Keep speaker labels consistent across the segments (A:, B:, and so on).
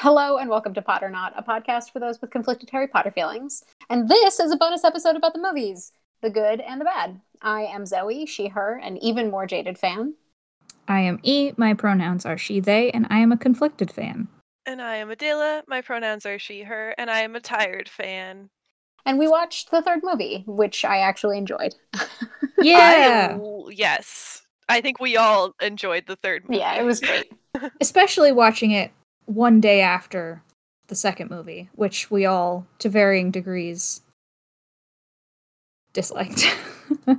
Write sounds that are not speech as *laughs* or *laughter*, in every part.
A: Hello and welcome to Potter Not, a podcast for those with conflicted Harry Potter feelings. And this is a bonus episode about the movies, the good and the bad. I am Zoe, she, her, an even more jaded fan.
B: I am E, my pronouns are she, they, and I am a conflicted fan.
C: And I am Adela. My pronouns are she, her, and I am a tired fan.
A: And we watched the third movie, which I actually enjoyed. *laughs*
C: I
B: Yeah.
C: l- yes. I think we all enjoyed the third movie.
A: yeah, it was great.
B: Especially watching it one day after the second movie, which we all, to varying degrees, disliked. *laughs*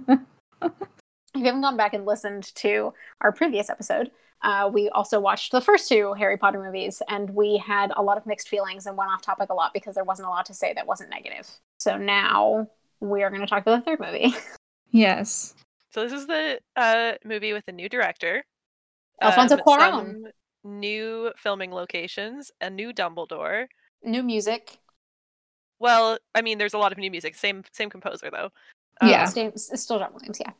A: If you haven't gone back and listened to our previous episode, uh, we also watched the first two Harry Potter movies, and we had a lot of mixed feelings and went off topic a lot because there wasn't a lot to say that wasn't negative. So now we are going to talk about the third movie. *laughs*
B: yes.
C: *laughs* So this is the uh, movie with a new director. um,
A: Alfonso Cuarón.
C: some New filming locations, a new Dumbledore.
A: New music,
C: Well, I mean, there's a lot of new music. Same same composer though.
A: Yeah,
C: Um,
B: Yeah.
A: it's James- it's Um, still John Williams. Yeah,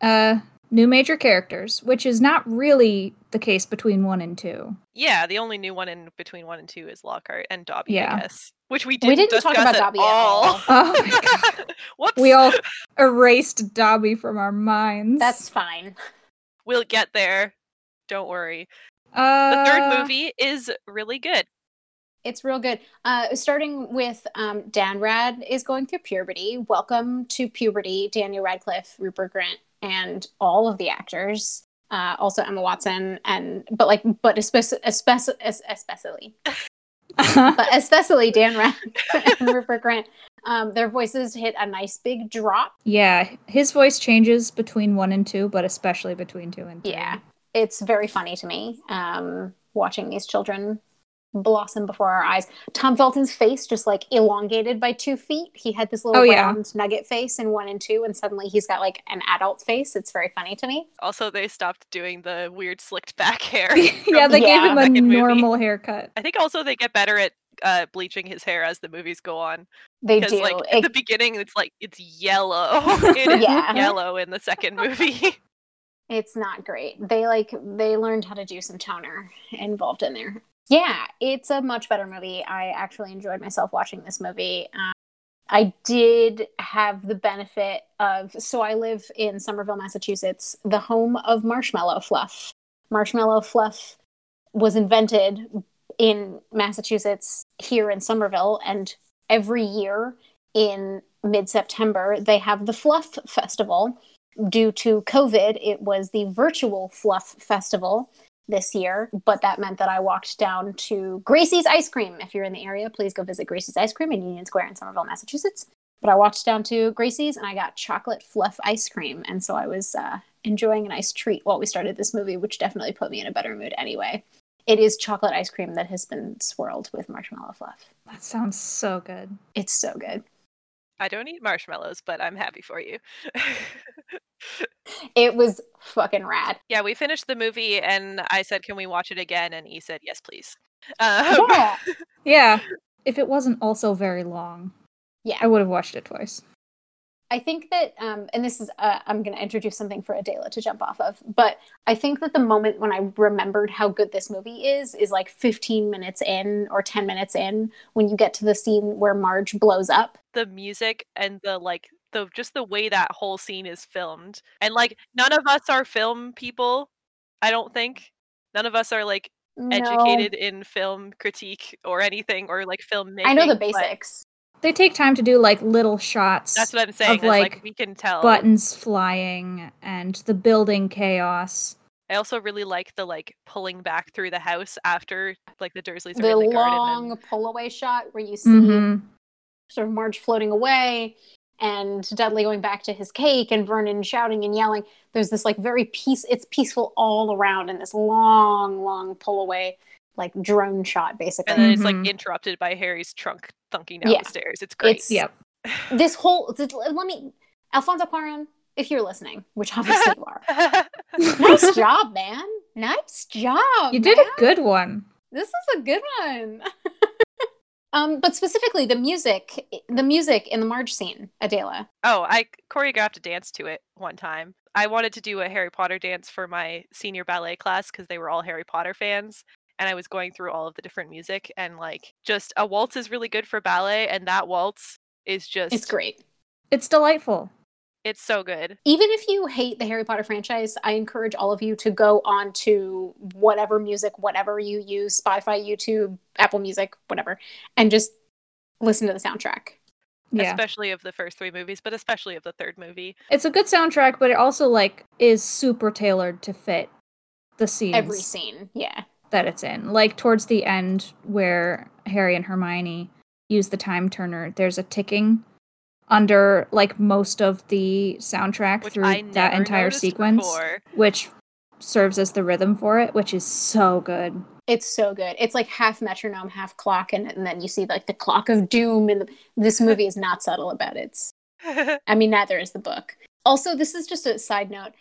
B: Uh, new major characters, which is not really the case between one and two.
C: Yeah, the only new one in between one and two is Lockhart and Dobby,
B: Yeah.
C: I guess. Which we didn't,
A: We didn't talk about
C: discuss at
A: Dobby at
C: all. *laughs*
A: all.
B: Oh my god.
C: Whoops.
B: We all erased Dobby from our minds.
A: that's fine.
C: We'll get there. Don't worry. The
B: uh,
C: third movie is really good.
A: It's real good. Uh, starting with um, Danrad is going through puberty. Welcome to puberty, Daniel Radcliffe, Rupert Grant, and all of the actors. Uh, also Emma Watson, and but like but especially especially especially
B: *laughs*
A: but especially Dan Radcliffe *laughs* and Rupert Grant. Um, their voices hit a nice big drop.
B: Yeah, his voice changes between one and two, but especially between two and three.
A: Yeah, it's very funny to me um, watching these children blossom before our eyes. Tom Felton's face just like elongated by two feet. He had this little
B: Oh, yeah.
A: round nugget face in one and two, and suddenly he's got like an adult face. It's very funny to me.
C: Also, they stopped doing the weird slicked *laughs*
A: *laughs*
C: back
B: *laughs*
C: hair.
B: yeah,
C: from
B: they
C: the
A: Yeah.
B: gave him a
C: second movie.
B: normal haircut.
C: I think also they get better at uh, bleaching his hair as the movies go on.
A: They
C: Because
A: do.
C: like at
A: It-
C: the beginning, it's like
A: *laughs*
C: it's yellow. *laughs* it is
A: Yeah.
C: yellow in the second movie. *laughs*
A: it's not great. They like they learned how to do some toner involved in there. Yeah, it's a much better movie. I actually enjoyed myself watching this movie. Um, I did have the benefit of so I live in Somerville, Massachusetts, the home of marshmallow fluff. Marshmallow fluff was invented in Massachusetts here in Somerville and every year in mid-September they have the Fluff Festival due to COVID, it was the virtual Fluff Festival this year, but that meant that I walked down to Gracie's Ice Cream. If you're in the area, please go visit Gracie's Ice Cream in Union Square in Somerville, Massachusetts. But I walked down to Gracie's and I got chocolate fluff ice cream. And so I was uh, enjoying a nice treat while we started this movie, which definitely put me in a better mood anyway. It is chocolate ice cream that has been swirled with marshmallow fluff.
B: That sounds so good.
A: It's so good.
C: I don't eat marshmallows, but I'm happy for you. *laughs*
A: It was fucking rad.
C: yeah, we finished the movie, and I said, "Can we watch it again?" And he said, "Yes, please." *laughs* Um,
A: Yeah.
B: Yeah, if it wasn't also very long,
A: Yeah.
B: I would have watched it twice.
A: I think that, um, and this is, uh, I'm going to introduce something for Adela to jump off of, but I think that the moment when I remembered how good this movie is, is like 15 minutes in or 10 minutes in when you get to the scene where Marge blows up.
C: the music and the like the just the way that whole scene is filmed and
A: Mm.
C: like none of us are film people i don't think none of us are like
A: No.
C: educated in film critique or anything or like filmmaking
A: I know the
C: but
A: basics.
B: They take time to do like little shots,
C: that's what i'm saying
B: Of,
C: is, like,
B: like,
C: we can tell
B: buttons flying, and the building chaos.
C: i also really like the like pulling back through the house after like the dursleys are
A: The
C: in the
A: long
C: garden and
A: Mm-hmm. pull away shot where you see
B: hmm
A: sort of Marge floating away and Dudley going back to his cake and Vernon shouting and yelling. There's this like very peace. It's peaceful all around in this long, long pull away, like drone shot basically.
C: and then it's like
B: Mhm.
C: interrupted by Harry's trunk thunking
A: Mm-hmm.
C: down
A: Yeah.
C: the stairs. It's great.
A: It's- *laughs*
B: Yep.
A: this whole th- let me, Alfonso Cuarón, if you're listening, which obviously you are. *laughs* Nice job, man. Nice job.
B: *laughs* You did
A: man.
B: a good one.
A: This is a good one. *laughs* um, but specifically the music, the music in the Marge scene, Adela.
C: oh, I choreographed a dance to it one time. I wanted to do a Harry Potter dance for my senior ballet class because they were all Harry Potter fans. And I was going through all of the different music and like just a waltz is really good for ballet, and that waltz is just
A: It's great.
B: It's delightful.
C: It's so good.
A: Even if you hate the Harry Potter franchise, I encourage all of you to go on to whatever music, whatever you use, Spotify, YouTube, Apple Music, whatever, and just listen to the soundtrack.
B: Yeah.
C: Especially of the first three movies, but especially of the third movie.
B: It's a good soundtrack, but it also like is super tailored to fit the scenes
A: Every scene. Yeah.
B: that it's in. Like towards the end where Harry and Hermione use the time turner, there's a ticking under like most of the soundtrack
C: Which
B: through
C: I
B: that
C: never
B: entire
C: noticed
B: sequence,
C: before.
B: which serves as the rhythm for it, which is so good.
A: It's so good. It's like half metronome, half clock, and, and then you see like the clock of doom. And the, this movie is not subtle about it. It's
C: *laughs*
A: I mean, neither is the book. Also, this is just a side note.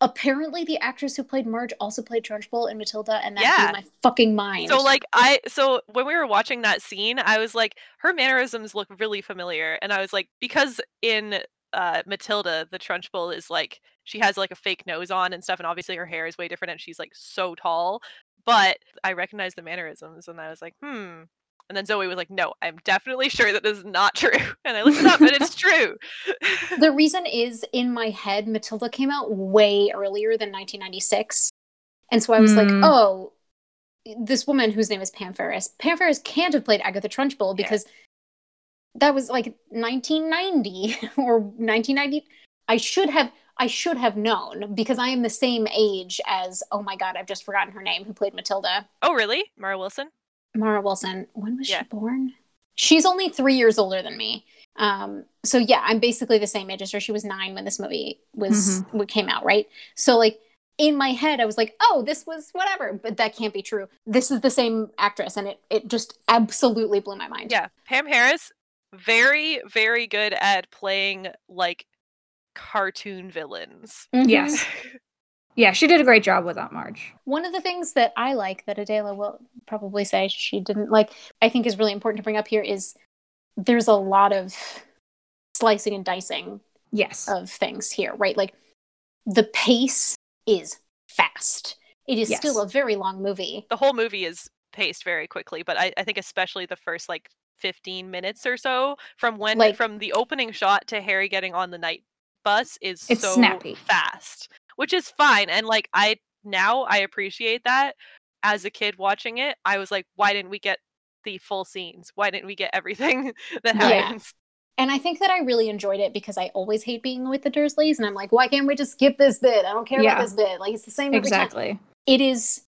A: Apparently, the actress who played Marge also played Trunchbull in Matilda, and that
C: Yeah.
A: blew my fucking mind.
C: so like I so when we were watching that scene, I was like, her mannerisms look really familiar. And I was like, because in uh Matilda, the Trunchbull is like she has like a fake nose on and stuff, and obviously her hair is way different and she's like so tall. But I recognized the mannerisms and I was like, hmm. And then Zoe was like, no, I'm definitely sure that this is not *laughs* true. And I looked it up and it's true. *laughs*
A: the reason is in my head, Matilda came out way earlier than 1996, and so I was
B: Hmm.
A: like, oh, this woman whose name is Pam Ferris. Pam Ferris can't have played Agatha Trunchbull
C: Yeah.
A: because that was like 1990 *laughs* or 1990. I should have I should have known because I am the same age as oh my god, I've just forgotten her name who played Matilda.
C: oh really? Mara Wilson?
A: Mara Wilson. When was
C: Yeah.
A: she born? She's only three years older than me. Um, so yeah, I'm basically the same age as her. She was nine when this movie was when it came out, right? So like in my head, I was like, oh, this was whatever, but that can't be true. This is the same actress, and it it just absolutely blew my mind.
C: Yeah, Pam Harris, very, very good at playing like
A: *laughs*
C: cartoon villains.
A: Mhm.
B: Yes. Yeah, she did a great job with Aunt Marge.
A: One of the things that I like that Adela will probably say she didn't like, I think is really important to bring up here is there's a lot of slicing and dicing
B: Yes.
C: Oh,
A: of things here, right? Like the pace is fast. It is
B: Yes.
A: still a very long movie.
C: The whole movie is paced very quickly, but I, I think especially the first like 15 minutes or so from when
A: Like-
C: from the opening shot to Harry getting on the night bus is
B: It's
C: so
B: snappy.
C: fast, which is fine. And like I now I appreciate that. As a kid watching it, I was like, why didn't we get the full scenes? Why didn't we get everything *laughs* that
A: Yeah.
C: happens?
A: And I think that I really enjoyed it because I always hate being with the Dursleys. And I'm like, why can't we just skip this bit? I don't care
B: Yeah.
A: about this bit. Like, it's the same every time.
B: exactly.
A: It is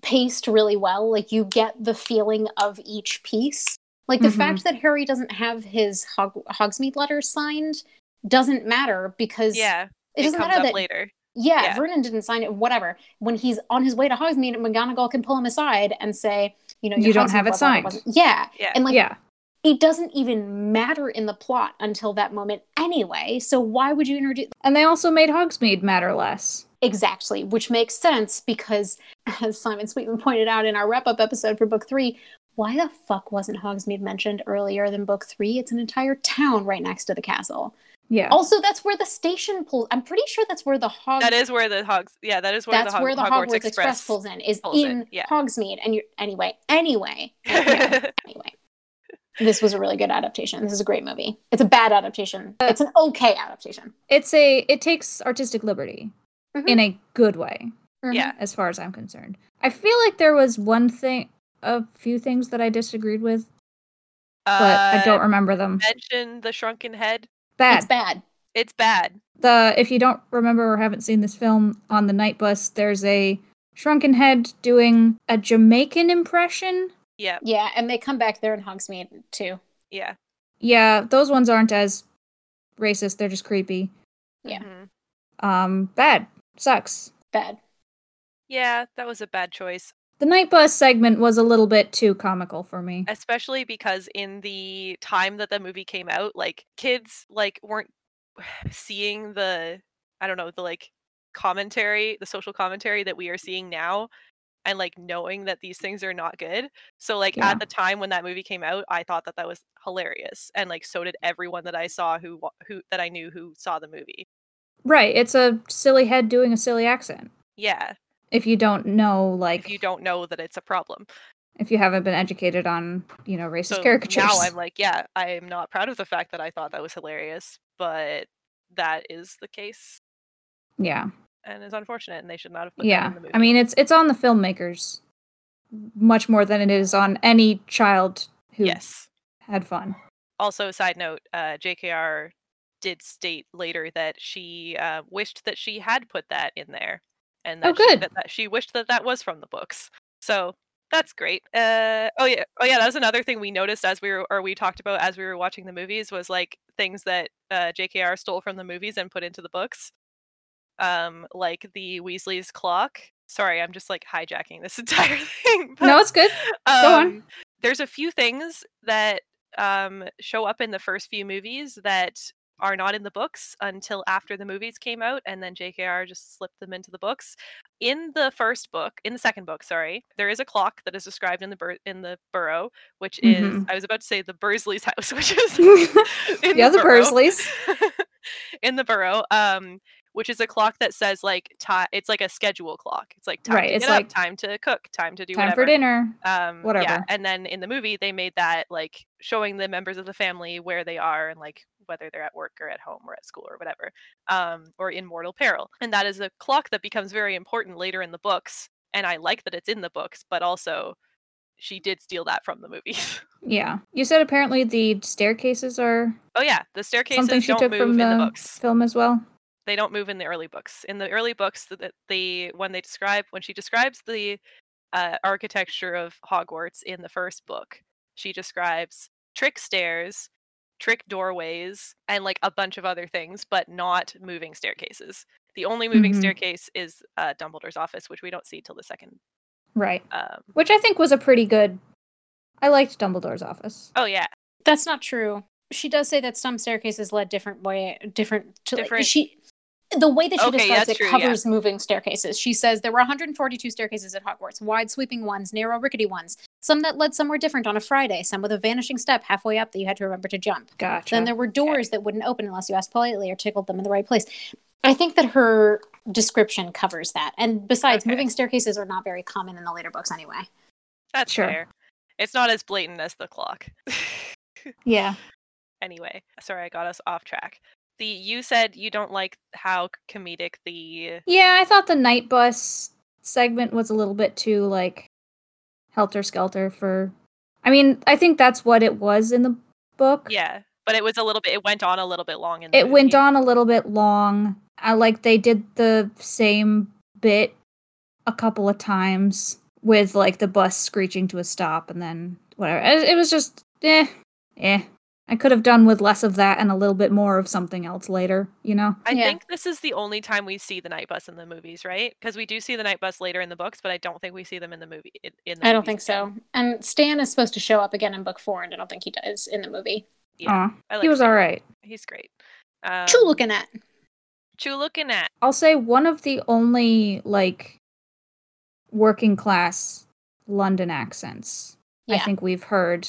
A: paced really well. Like, you get the feeling of each piece. Like, the
B: Mhm.
A: fact that Harry doesn't have his Hog- Hogsmeade letter signed doesn't matter because
C: Yeah,
A: it doesn't
C: comes
A: matter
C: up
A: that
C: later.
A: Yeah,
C: Yeah.
A: Vernon didn't sign it. Whatever. When he's on his way to Hogsmeade, McGonagall can pull him aside and say, "You know,
B: You
A: your
B: don't have
A: Hogsmeade
B: it
A: blah, blah,
B: signed.
A: blah, blah. Yeah,
C: Yeah.
A: and like
B: yeah.
A: it doesn't even matter in the plot until that moment anyway. So why would you introduce
B: And they also made Hogsmeade matter less.
A: exactly? Which makes sense because, as Simon Sweetman pointed out in our wrap-up episode for Book Three, why the fuck wasn't Hogsmeade mentioned earlier than Book Three? It's an entire town right next to the castle.
B: Yeah.
C: Oh.
A: Also, that's where the station pulls. I'm pretty sure that's where the Hog.
C: That is where the hogs. Yeah, that is where
A: Um, that's
C: the, Hog-
A: where the
C: Hogwarts,
A: Hogwarts, Express,
C: Express. *laughs*
A: pulls in is
C: pulls in,
A: in
C: yeah.
A: Hogsmeade. And you anyway, anyway, anyway, anyway. This was a really good adaptation. This is a great movie. It's a bad adaptation.
B: Uh,
A: it's an okay adaptation.
B: it's a it takes artistic liberty
C: Mm-hmm.
A: Mhm.
B: in a good way
A: Mhm.
C: Yeah.
B: as far as i'm concerned i feel like there was one thing a few things that i disagreed with but i don't remember them
C: mention Uh, the shrunken head.
B: bad
A: it's bad.
C: It's bad.
B: the if you don't remember or haven't seen this film on the night bus there's a shrunken head doing a jamaican impression
C: Yeah,
A: Yeah, and they come back there in Hogsmeade too.
C: yeah.
B: yeah those ones aren't as racist. They're just creepy.
A: Yeah.
C: Mhm.
B: Um, bad. Sucks.
A: Bad.
C: Yeah, that was a bad choice,
B: The night bus segment was a little bit too comical for me.
C: especially because in the time that the movie came out, like kids like weren't *sighs* seeing the I don't know, the like commentary, the social commentary that we are seeing now and like knowing that these things are not good. So like
B: Yeah.
C: at the time when that movie came out, I thought that that was hilarious and like so did everyone that I saw who wa- who that I knew who saw the movie.
B: Right. It's a silly head doing a silly accent.
C: Yeah,
B: If you don't know, like,
C: if you don't know that it's a problem.
B: if you haven't been educated on, you know, racist
C: so
B: caricatures.
C: now I'm like, yeah, I am not proud of the fact that I thought that was hilarious, but that is the case
B: *laughs* yeah.
C: and is unfortunate, and they should not have put that
B: Yeah.
C: in the movie.
B: I mean, it's it's on the filmmakers much more than it is on any child who
C: yes.
B: had
C: *laughs*
B: fun.
C: Also, side note, uh, JKR did state later that she uh, wished that she had put that in there, and
B: Oh,
C: that, she-
B: good.
C: that, that she wished that that was from the books. So that's great. Uh, oh yeah, oh yeah, that was another thing we noticed as we were, or we talked about as we were watching the movies was like things that uh, JKR stole from the movies and put into the books, um, like the Weasley's clock. Sorry, I'm just like hijacking this *laughs* entire thing. but-
B: No, it's good. Go on.
C: um, There's a few things that um, show up in the first few movies that are not in the books until after the movies came out, and then JKR just slipped them into the books. In the first book, in the second book, sorry, there is a clock that is described in the bur- in the burrow, which is I was about to say the Bursley's house, *laughs* which
B: *laughs*
C: is in
B: Mm-hmm. yeah, the
C: burrow.
B: Pursleys.
C: *laughs* in the burrow. Um, which is a clock that says like time. It's like a schedule clock. It's like time
B: Right,
C: to
B: it's
C: get up,
B: like
C: time to cook, time to do
B: Time
C: whatever
B: for dinner.
C: um yeah
B: Whatever.
C: and then in the movie they made that like showing the members of the family where they are and like whether they're at work or at home or at school or whatever um or in mortal peril and that is a clock that becomes very important later in the books and i like that it's in the books but also she did steal that from the movies *laughs*
B: Yeah. You said apparently the staircases are
C: oh yeah the staircases
B: something she
C: don't
B: took
C: move
B: from
C: in
B: the,
C: the books
B: film as well.
C: they don't move in the early books. In the early books, the, the, the when they describe when she describes the uh, architecture of Hogwarts in the first book, she describes trick stairs, trick doorways, and like a bunch of other things, but not moving staircases. The only moving
B: Mhm.
C: staircase is uh, Dumbledore's office, which we don't see till the second.
B: Right.
C: Um,
B: Which I think was a pretty good. I liked Dumbledore's office.
C: oh yeah,
A: That's not true. She does say that some staircases led different way, different to like-
C: Different-
A: she. The way that she
C: Okay,
A: describes
C: that's
A: it
C: true, yeah.
A: covers moving staircases. She says there were 142 staircases at Hogwarts, wide sweeping ones, narrow rickety ones, some that led somewhere different on a Friday, some with a vanishing step halfway up that you had to remember to jump.
B: Gotcha.
A: Then there were doors that wouldn't open unless you asked politely or tickled them in the right place. I think that her description covers that. And besides,
C: Okay.
A: moving staircases are not very common in the later books anyway.
C: that's
B: Sure.
C: fair. It's not as blatant as the clock. *laughs*
B: yeah.
C: anyway, sorry, I got us off track. The you said you don't like how comedic the
B: Yeah, I thought the night bus segment was a little bit too like helter skelter for. I mean, I think that's what it was in the book.
C: yeah, but it was a little bit. It went on a little bit long. In the
B: It went
C: movie.
B: on a little bit long. I like they did the same bit a couple of times with like the bus screeching to a stop and then whatever. It, it was just eh, eh. I could have done with less of that and a little bit more of something else later, you know?
C: I
A: Yeah.
C: think this is the only time we see the night bus in the movies, right? Because we do see the night bus later in the books, but I don't think we see them in the movie. In, in the
A: I don't
C: movies
A: think
C: again.
A: so. And Stan is supposed to show up again in book four, and I don't think he does in the movie.
C: Yeah,
B: Aw,
C: I like
B: he was
C: Stan.
B: all right.
C: He's great. Um,
A: True looking at.
C: Chew looking at.
B: I'll say one of the only like working class London accents I
A: Yeah.
B: think we've heard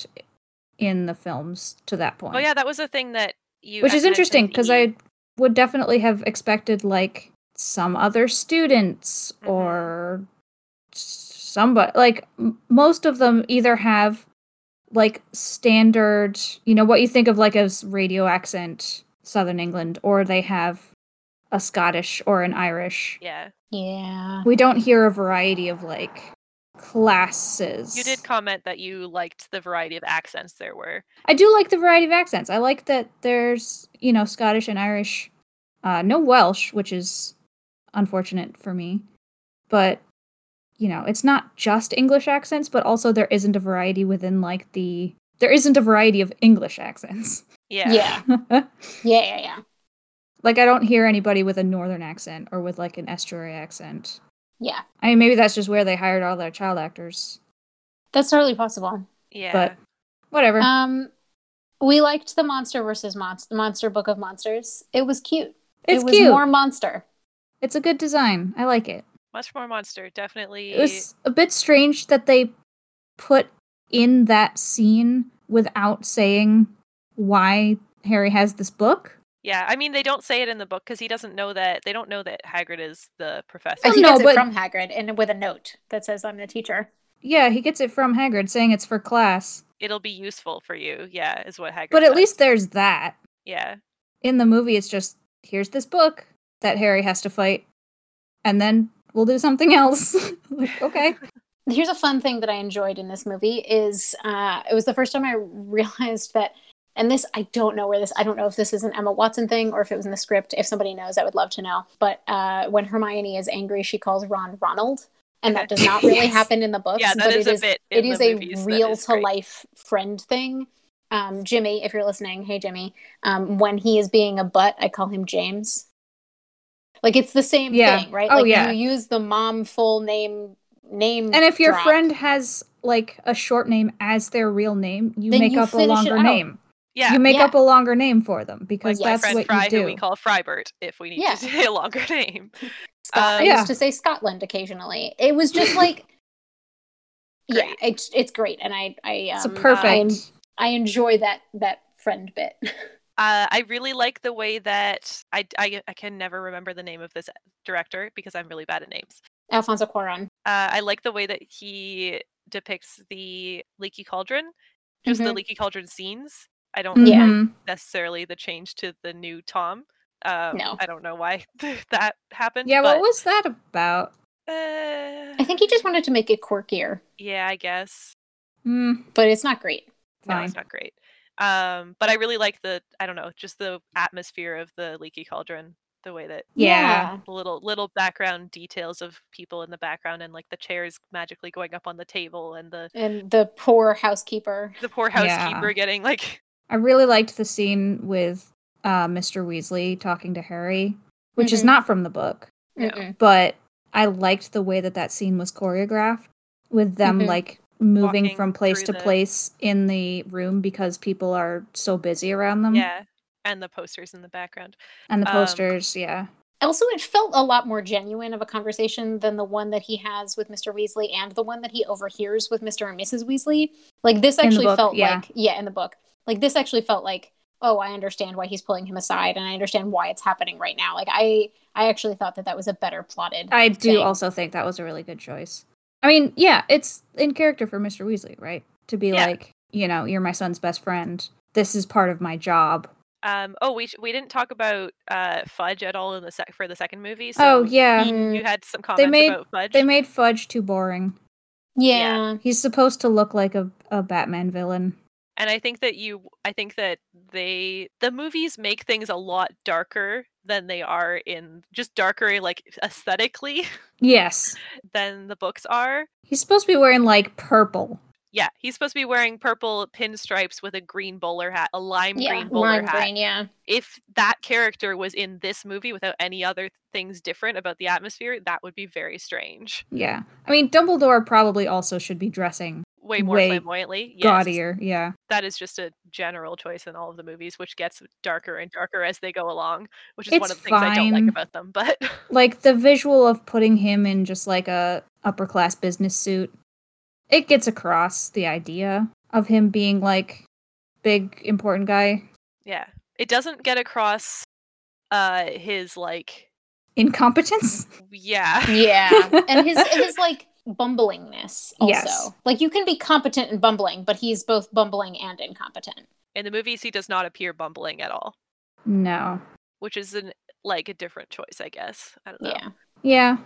B: in the films to that point.
C: Oh yeah, that was a thing that you.
B: Which
C: had
B: is
C: mentioned
B: interesting
C: that
B: because
C: you-
B: I would definitely have expected like some other students
C: Mhm.
B: or somebody like m- most of them either have like standard, you know, what you think of like as radio accent Southern England or they have a Scottish or an Irish
C: Yeah,
A: Yeah.
B: we don't hear a variety of like classes.
C: you did comment that you liked the variety of accents there were.
B: I do like the variety of accents. I like that there's you know Scottish and Irish, uh, no Welsh, which is unfortunate for me, but you know it's not just English accents, *laughs* but also there isn't a variety within like the there isn't a variety of English accents.
C: Yeah.
A: Yeah. Yeah. Yeah. Yeah.
B: like I don't hear anybody with a northern accent or with like an estuary accent.
A: Yeah.
B: I mean, maybe that's just where they hired all their child actors.
A: That's totally possible.
C: Yeah.
B: But whatever.
A: Um, we liked the Monster versus Monster Monster Book of Monsters. It was cute.
B: it's
A: it was
B: cute.
A: more monster.
B: It's a good design. I like it.
C: Much more monster, definitely.
B: It was a bit strange that they put in that scene without saying why Harry has this book.
C: Yeah, I mean they don't say it in the book because he doesn't know that they don't know that Hagrid is the professor.
B: Oh,
A: he
B: no,
A: gets
B: but-
A: it from Hagrid and with a note that says, "I'm the teacher."
B: Yeah, he gets it from Hagrid saying it's for class.
C: It'll be useful for you. Yeah, is what Hagrid.
B: But
C: says.
B: at least there's that.
C: yeah,
B: In the movie it's just here's this book that Harry has to fight and then we'll do something else. *laughs*
A: *laughs*
B: Like, okay.
A: Here's a fun thing that I enjoyed in this movie is uh, it was the first time I *laughs* realized that, and this I don't know where this I don't know if this is an Emma Watson thing or if it was in the script. If somebody knows, I would love to know. But uh, when Hermione is angry, she calls Ron Ronald, and that
C: *laughs*
A: does not really
B: Yes.
A: happen in the books.
C: yeah, that
A: but
C: is
A: it
C: a bit.
A: it
C: in the
A: is a
C: movies that
A: real
C: is
A: to
C: great.
A: life friend thing. Um, Jimmy, if you're listening, hey Jimmy, um, when he is being a butt, I call him James. Like it's the same
B: Yeah.
A: thing, right?
B: Oh,
A: like
B: yeah.
A: you use the mom full name name,
B: And if your
A: drop.
B: friend has like a short name as their real name, you
A: Then
B: make
A: you
B: up a
A: finish it
B: longer
A: out.
B: name.
C: Yeah,
B: You make
A: Yeah.
B: up a longer name for them because
A: my
B: that's
C: friend
B: what
C: Fry,
B: you do.
C: who we call Frybert, if we need
A: Yeah.
C: to say a longer *laughs* name.
A: Scot- I
C: Um,
B: Yeah.
A: used to say Scotland occasionally. It was just
B: *laughs*
A: like, yeah,
C: Great.
A: it's it's great, and I I um,
B: it's a
A: I,
B: perfect.
A: en- I enjoy that that friend bit. *laughs*
C: Uh, I really like the way that I, I I can never remember the name of this director because I'm really bad at names.
A: Alfonso Cuarón,
C: Uh, I like the way that he depicts the leaky cauldron, just the
B: Mm-hmm.
A: Mhm.
C: leaky cauldron scenes. I don't
A: Yeah.
B: Mhm.
C: *laughs* necessarily the change to the new Tom. Um,
A: No.
C: I don't know why *laughs* that happened.
B: Yeah,
C: but,
B: what was that about?
C: uh,
A: I think he just wanted to make it quirkier,
C: yeah, I guess.
B: Mm,
A: but it's not great.
C: No,
B: fine.
C: it's not great. Um, but I really like the I don't know, just the atmosphere of the leaky cauldron, the way that
B: Yeah.
C: the little little background details of people in the background and like the chairs magically going up on the table and the
A: Yeah. and the poor housekeeper.
C: the poor
B: Yeah.
C: housekeeper getting like
B: I really liked the scene with uh, Mr. Weasley talking to Harry, which is
C: Mm-hmm.
A: Mhm.
B: not from the book,
C: No.
A: Mm-mm.
B: but I liked the way that that scene was choreographed with them
A: Mhm.
B: like moving
C: Mm-hmm. Walking
B: from place
C: through
B: to
C: the-
B: place in the room because people are so busy around them
C: yeah, and the posters in the background.
B: and the
C: Um,
B: posters. yeah.
A: Also, it felt a lot more genuine of a conversation than the one that he has with Mr. Weasley and the one that he overhears with Mr. and Mrs. Weasley. Like this
B: In the
A: actually
B: book,
A: felt
B: yeah.
A: like yeah, in the book. Like this actually felt like, oh, I understand why he's pulling him aside and I understand why it's happening right now. Like I I actually thought that that was a better plotted.
B: I do
A: thing.
B: also think that was a really good choice. I mean, yeah, it's in character for Mr. Weasley, right? To be
C: Yeah.
B: like, you know, you're my son's best friend. This is part of my job.
C: Um, oh, we sh- we didn't talk about uh, Fudge at all in the sec for the second movie. So
B: oh yeah,
A: Mm,
C: you had some comments
B: made-
C: about Fudge.
B: they made Fudge too boring.
A: yeah.
B: He's supposed to look like a, a Batman villain.
C: and i think that you i think that they the movies make things a lot darker than they are in just darker like aesthetically *laughs*
B: Yes,
C: than the books are
B: he's supposed to be wearing like purple.
C: yeah he's supposed to be wearing purple pinstripes with a green bowler hat a lime
A: Yeah,
C: green bowler
A: lime
C: hat
A: green, yeah.
C: if that character was in this movie without any other things different about the atmosphere that would be very strange
B: Yeah, I mean Dumbledore probably also should be dressing
C: way more
B: Way
C: flamboyantly yes,
B: gaudier. Yeah,
C: that is just a general choice in all of the movies which gets darker and darker as they go along which is one
B: It's
C: of the things i don't like
B: fine.
C: about them but *laughs*
B: like the visual of putting him in just like a upper class business suit it gets across the idea of him being like big important guy
C: yeah it doesn't get across uh his like
B: incompetence
C: yeah
B: *laughs*
A: Yeah. and his his like bumblingness also.
B: Yes.
A: Like you can be competent and bumbling, but he's both bumbling and incompetent.
C: in the movies he does not appear bumbling at all
B: *laughs* no
C: which is an like a different choice i guess i don't know
A: Yeah.
B: yeah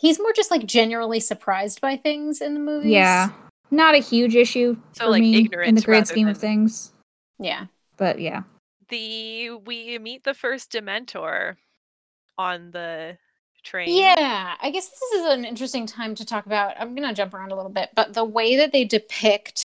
A: He's more just like generally surprised by things in the movies.
B: yeah not a huge issue
C: So,
B: for
C: like,
B: me in the
C: ignorance
B: grand
C: rather
B: scheme of
C: than-
B: things
A: Yeah.
B: but yeah
C: the we meet the first dementor on the train
A: Yeah. I guess this is an interesting time to talk about. I'm going to jump around a little bit, but the way that they depict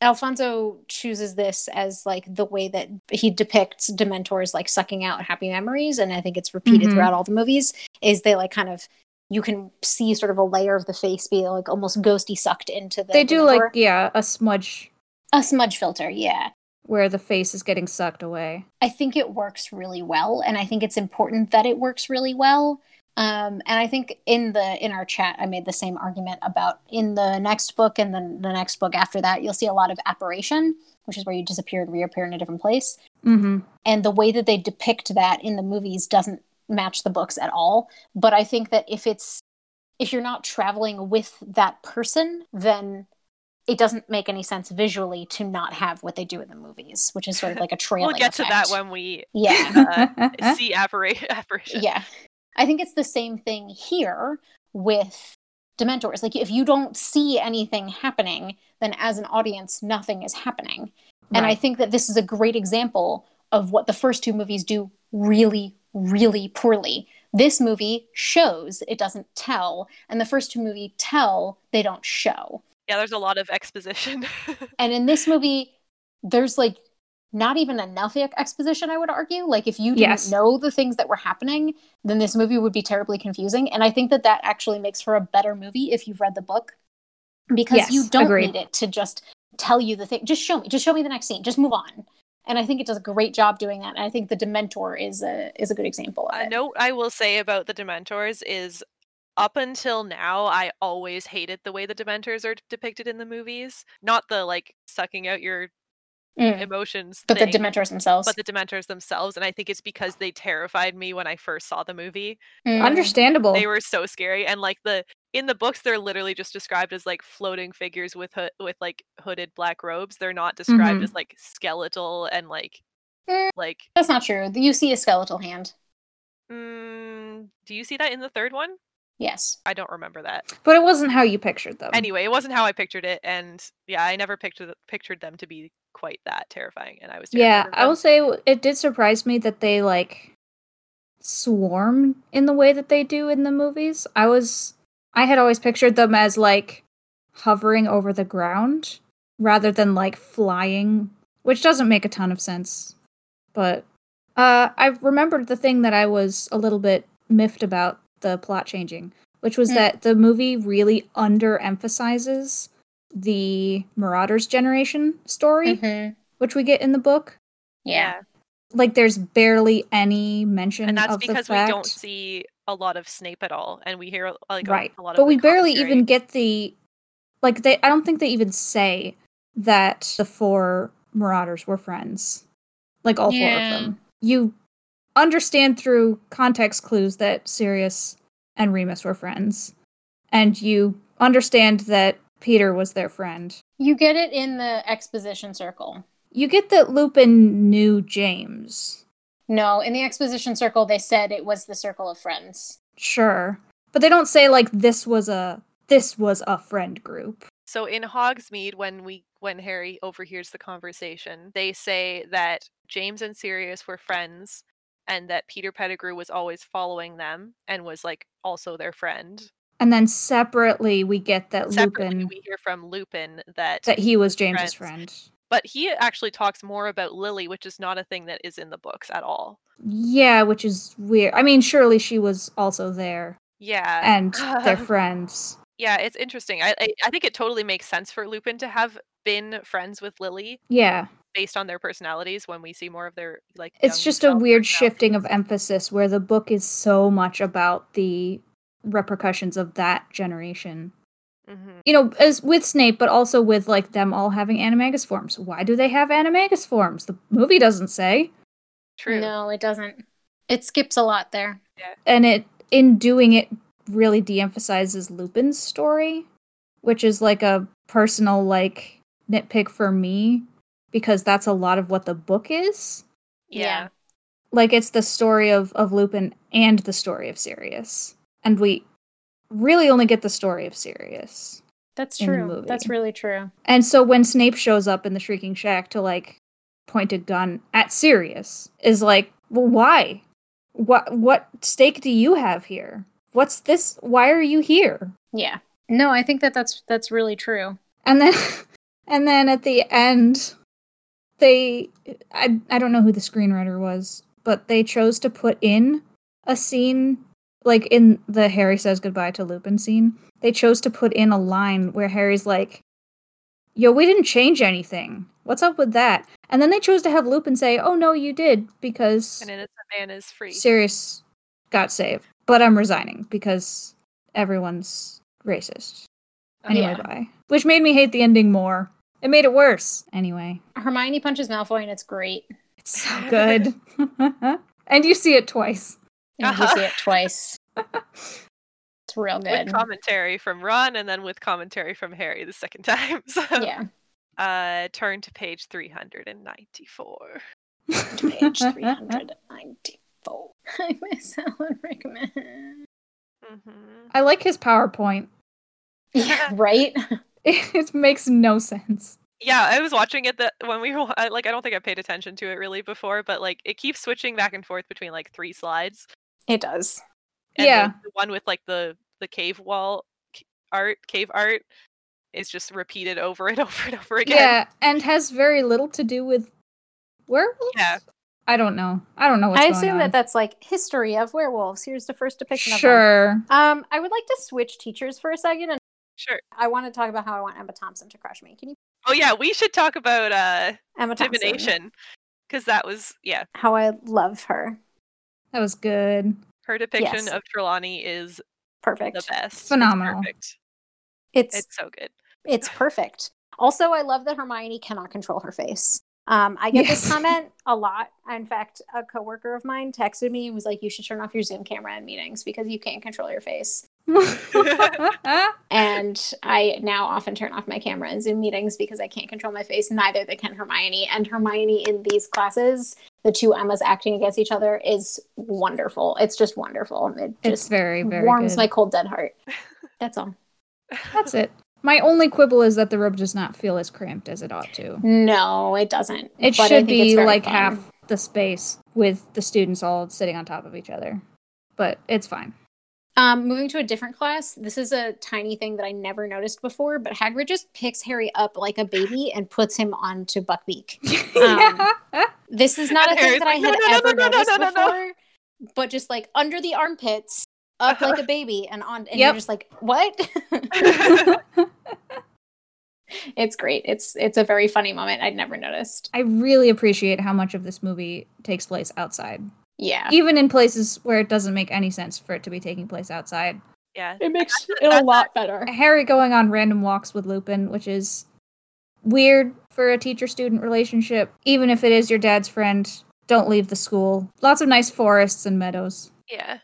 A: Alfonso chooses this as like the way that he depicts Dementors like sucking out happy memories, and I think it's repeated
B: Mhm.
A: throughout all the movies. Is they like kind of you can see sort of a layer of the face be like almost ghosty sucked into the.
B: They do like
A: Dementor.
B: yeah, a smudge
A: a smudge filter, yeah.
B: where the face is getting sucked away.
A: I think it works really well, and I think it's important that it works really well. Um, and I think in the in our chat, I made the same argument about in the next book and then the next book after that, you'll see a lot of apparition, which is where you disappear and reappear in a different place.
B: Mm-hmm.
A: And the way that they depict that in the movies doesn't match the books at all. But I think that if it's if you're not traveling with that person, then it doesn't make any sense visually to not have what they do in the movies, which is sort of like a trailing.
C: We'll get to that
A: effect.
C: when we
A: Yeah.
B: *laughs*
C: uh, see appara- *laughs* apparition.
A: Yeah. I think it's the same thing here with Dementors. Like, if you don't see anything happening, then as an audience, nothing is happening. And I think that this is a great example of what the first two movies do really, really poorly. This movie shows, it doesn't tell. And the first two movie tell, they don't show.
C: Yeah, there's a lot of exposition. *laughs*
A: And in this movie, there's like not even enough e- exposition, I would argue. Like, if you didn't
B: Yes.
A: know the things that were happening, then this movie would be terribly confusing. And I think that that actually makes for a better movie if you've read the book because
B: Yes,
A: you don't
B: agreed.
A: need it to just tell you the thing. Just show me. Just show me the next scene. Just move on. And I think it does a great job doing that. And I think the Dementor is a is a good example of
C: A
A: it.
C: note I will say about the Dementors is up until now, I always hated the way the Dementors are depicted in the movies. Not the like sucking out your
A: Mm.
C: emotions,
A: But the
C: thing,
A: Dementors themselves.
C: but the Dementors themselves. And I think it's because they terrified me when I first saw the movie.
A: Mm.
B: understandable.
C: They were so scary. And like the in the books, they're literally just described as like floating figures with hoo- with like hooded black robes. They're not described
B: Mhm.
C: as like skeletal and like
A: Mm-hmm. Mm.
C: like.
A: That's not true. You see a skeletal hand.
C: Mm, do you see that in the third one?
A: Yes.
C: I don't remember that.
B: but it wasn't how you pictured them.
C: anyway, it wasn't how I pictured it, and yeah, I never pictured th- pictured them to be quite that terrifying, and I was terrified
B: Yeah,
C: of
B: I
C: them.
B: will say w- it did surprise me that they like swarm in the way that they do in the movies. I was I had always pictured them as like hovering over the ground rather than like flying, which doesn't make a ton of sense. But uh I remembered the thing that I was a little bit miffed about the plot changing, which was
A: Mm.
B: that the movie really underemphasizes the Marauders generation story
A: Mhm.
B: which we get in the book.
A: Yeah.
B: Like there's barely any mention
C: and that's
B: of
C: because
B: the fact.
C: we don't see a lot of Snape at all, and we hear like a-
B: right.
C: a lot of
B: but
C: the
B: we barely
C: commentary.
B: even get the like they I don't think they even say that the four marauders were friends. Like all four
A: Yeah.
B: of them. You understand through context clues that Sirius and Remus were friends. And you understand that Peter was their friend.
A: You get it in the exposition circle.
B: You get that Lupin knew James.
A: No, in the exposition circle, they said it was the circle of friends.
B: sure but they don't say like this was a this was a friend group
C: So in Hogsmeade, when we when Harry overhears the conversation, they say that James and Sirius were friends, and that Peter Pettigrew was always following them and was like also their friend.
B: and then separately we get that
C: Separately,
B: Uh, lupin
C: we hear from Lupin that
B: that he was james's
C: friends.
B: friend
C: but he actually talks more about Lily, which is not a thing that is in the books at all.
B: yeah which is weird i mean surely she was also there
C: Yeah,
B: and
C: *laughs*
B: they're friends
C: yeah, it's interesting. I, I I think it totally makes sense for Lupin to have been friends with Lily
B: yeah
C: based on their personalities when we see more of their like.
B: it's
C: young
B: just a
C: adult
B: weird
C: personality.
B: shifting of emphasis where the book is so much about the repercussions of that generation
C: Mhm.
B: you know, as with Snape, but also with like them all having animagus forms. Why do they have animagus forms? The movie doesn't say,
C: True.
A: No, it doesn't. It skips a lot there.
B: and it in doing it really de-emphasizes Lupin's story, which is like a personal like nitpick for me because that's a lot of what the book is.
C: Yeah.
B: Like it's the story of of Lupin and the story of Sirius, and we really only get the story of Sirius.
A: That's
B: In the
A: true.
B: movie.
A: That's really true.
B: And so when Snape shows up in the Shrieking Shack to like pointed gun at Sirius is like, well, why? What what stake do you have here? What's this? Why are you here?
A: Yeah. No, I think that that's that's really true.
B: And then *laughs* And then at the end, they I I don't know who the screenwriter was, but they chose to put in a scene like in the Harry says goodbye to Lupin scene. They chose to put in a line where Harry's like, "Yo, we didn't change anything. What's up with that?" And then they chose to have Lupin say, "Oh no, you did because
C: An innocent man is free.
B: Sirius got saved, but I'm resigning because everyone's racist."
C: Oh,
B: Anyway,
C: yeah.
B: bye. Which made me hate the ending more. It made it worse. Anyway,
A: Hermione punches Malfoy and it's great.
B: it's
A: *laughs*
B: so good. *laughs* and you see it twice.
A: And
C: Uh-huh.
A: you see it
C: *laughs*
A: twice. It's real good.
C: With commentary from Ron and then with commentary from Harry the second *laughs* time. So
A: yeah.
C: uh turn to page 394.
A: To *laughs*
B: *laughs*
A: page 394. I miss Alan Rickman.
C: Mhm.
B: I like his PowerPoint.
A: *laughs*
B: *laughs*
A: Yeah, right?
B: It makes no sense.
C: Yeah, I was watching it that when we were *laughs* wa- I- like I don't think I paid attention to it really before, but like it keeps switching back and forth between like three slides.
A: It does.
C: And
B: Yeah.
C: The, the one with like the the cave wall c- art, cave art is just repeated over and *laughs* over and over again.
B: Yeah, and has very little to do with werewolves.
C: Yeah.
B: I don't know. I don't know what's
A: I
B: going
A: assume
B: on.
A: that that's like history of werewolves. Here's the first depiction of them.
B: sure.
A: Um, I would like to switch teachers for a second, and
C: Sure.
A: I want to talk about how I want Emma Thompson to crush me. Can you,
C: Oh yeah, we should talk about uh
A: Emma Thompson?
C: divination because that was yeah
A: How I love her.
B: That was good. *laughs*
C: her depiction
A: Yes.
C: of Trelawney is
A: Perfect.
C: the best It's
B: Phenomenal.
C: perfect.
A: It's
C: it's so good *sighs*
A: It's perfect. Also, I love that Hermione cannot control her face. Um, I get this
B: Yes. *laughs*
A: comment a lot. In fact, a coworker of mine texted me and was like, "You should turn off your Zoom camera in meetings because you can't control your face." And I now often turn off my camera in Zoom meetings because I can't control my face. Neither they can Hermione. And Hermione in these classes, the two Emmas acting against each other, is wonderful. It's just wonderful. It
B: it's
A: just
B: very, very
A: warms
B: good.
A: my cold dead
B: *laughs*
A: heart. That's all.
B: That's *laughs* it. My only quibble is that the robe does not feel as cramped as it ought to.
A: No, it doesn't.
B: It
A: But I
B: should
A: think it's
B: be
A: very
B: like
A: fun.
B: half the space with the students all sitting on top of each other. But it's fine. *laughs*
A: Um, moving to a different class, this is a tiny thing that I never noticed before, but Hagrid just picks Harry up like a baby and puts him onto Buckbeak. Um, This is not
C: And
A: a thing
C: Harry's
A: that I
C: like, "No,
A: had
C: no, no,
A: ever
C: no, no, no,
A: noticed
C: no, no."
A: before, but just like under the armpits, up like a
C: *laughs*
A: baby, and on, and
B: Yep.
A: you're just like, what? *laughs* it's great. It's it's a very funny moment. I'd never noticed.
B: *laughs* I really appreciate how much of this movie takes place outside.
A: Yeah,
B: Even in places where it doesn't make any sense for it to be taking place outside.
C: *laughs* yeah
A: it makes
C: it a that's-
A: lot better.
B: Harry going on random walks with Lupin, which is weird for a teacher student relationship. Even if it is your dad's friend, don't leave the school. Lots of nice forests and meadows.
C: yeah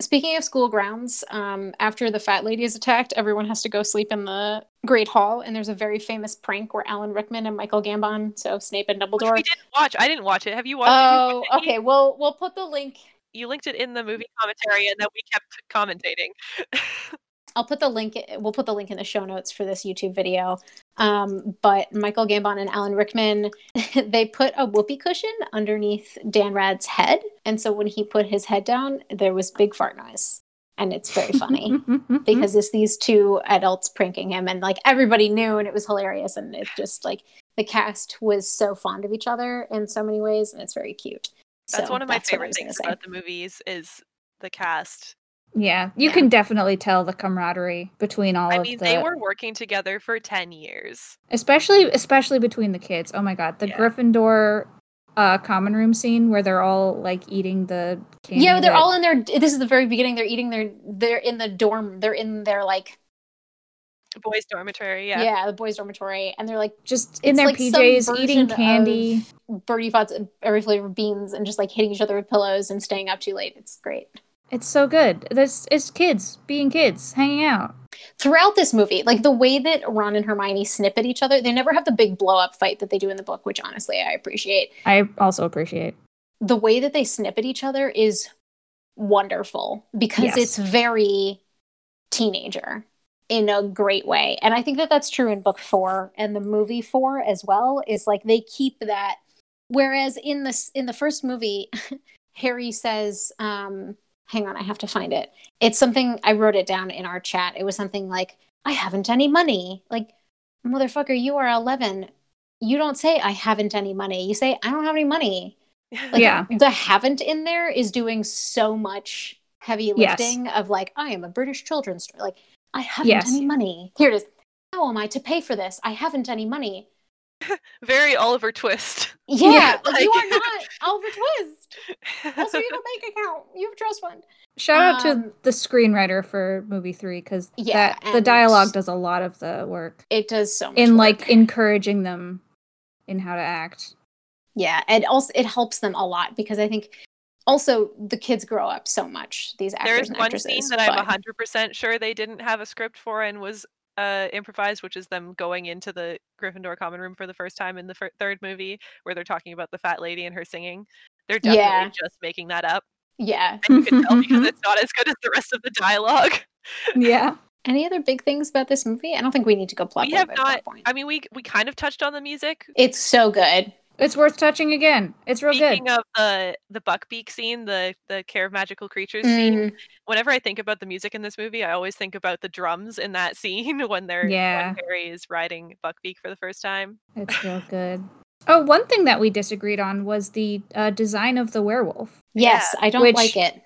A: Speaking of school grounds, um, after the fat lady is attacked, everyone has to go sleep in the Great Hall, and there's a very famous prank where Alan Rickman and Michael Gambon, so Snape and
C: which we
A: Dumbledore.
C: didn't watch i didn't watch it have you watched it
A: Oh,
C: *laughs* You watched it? You-
A: okay. Well, we'll put the link.
C: you linked it in the movie
A: Mm-hmm.
C: commentary and then we kept commentating *laughs*
A: I'll put the link. We'll put the link in the show notes for this YouTube video. Um, but Michael Gambon and Alan Rickman, *laughs* they put a whoopee cushion underneath Dan Rad's head, and so when he put his head down, there was big fart noise, and it's very funny.
C: *laughs*
B: *laughs*
C: Mm-hmm.
A: because it's these two adults pranking him and like everybody knew and it was hilarious and it's just like the cast was so fond of each other in so many ways and it's very cute
C: that's
A: So
C: one of my
A: that's what I
C: favorite
A: was gonna
C: things
A: say.
C: about the movies is the cast
B: Yeah, you
A: Yeah.
B: can definitely tell the camaraderie between all
C: i
B: of
C: mean
B: the
C: they were working together for 10 years
B: especially especially between the kids. Oh my god, the
C: Yeah.
B: Gryffindor uh common room scene where they're all like eating the candy.
A: yeah they're
B: that-
A: all in their this is the very beginning they're eating their they're in the dorm they're in their like
C: boys dormitory
A: yeah,
C: yeah,
A: the boys dormitory and they're like
B: just in
A: it's
B: their
A: like some
B: PJs eating
A: version
B: candy.
A: birdie thoughts of every flavor of beans and just like hitting each other with pillows and staying up too late it's great
B: It's so good. This it's kids being kids, hanging out.
A: throughout this movie, like the way that Ron and Hermione snip at each other, they never have the big blow up fight that they do in the book, which honestly I appreciate.
B: I also appreciate.
A: The way that they snip at each other is wonderful because
B: Yes.
A: it's very teenager in a great way. And I think that that's true in book four and the movie four as well, is like they keep that. Whereas in this, in the first movie, *laughs* Harry says, um, hang on, I have to find it. It's something I wrote it down in our chat. It was something like, I haven't any money. Like, motherfucker, you are 11. You don't say, I haven't any money. You say, I don't have any money.
C: *laughs*
A: Like,
B: Yeah.
A: The haven't in there is doing so much heavy
B: Yes.
A: lifting of like, I am a British children's story. Like, I haven't
B: Yes.
A: any money. Here it is. How am I to pay for this? I haven't any
B: *laughs*
A: money.
C: Very Oliver Twist.
A: Yeah,
B: Yeah,
A: like, you
C: like-
A: are not Oliver
B: *laughs*
A: Twist. Also,
C: *laughs*
A: you have a bank account. You have a trust fund.
B: Shout out
A: Um,
B: to the screenwriter for movie three because
A: Yeah,
B: the
A: and-
B: dialogue does a lot of the work
A: It does so much.
B: in
A: work.
B: like encouraging them in how to act.
A: Yeah, and also it helps them a lot because I think also the kids grow up so much. These actors
C: There's
A: and
C: one
A: actresses.
C: scene that
A: but-
C: I'm 100% sure they didn't have a script for and was uh, improvised, which is them going into the Gryffindor common room for the first time in the fir- third movie, where they're talking about the fat lady and her singing. They're definitely
A: Yeah.
C: just making that up.
A: yeah.
C: And you can tell
B: Mm-hmm. *laughs*
C: because it's not as good as the rest of the dialogue.
B: yeah.
A: Any other big things about this movie? I don't think we need to go plot
C: We
A: by
C: have
A: by plot
C: not-
A: point.
C: I mean, we we kind of touched on the music.
A: it's so good.
B: It's worth touching again. It's real
C: Speaking
B: good.
C: of the the Buckbeak scene, the the Care of Magical Creatures scene,
A: Mm,
C: whenever I think about the music in this movie, I always think about the drums in that *laughs* scene when they're
B: Yeah.
C: when Harry is riding Buckbeak for the first time.
B: It's real good. Oh, one thing that we disagreed on was the uh, design of the werewolf.
A: yes, I don't
B: which-
A: like it.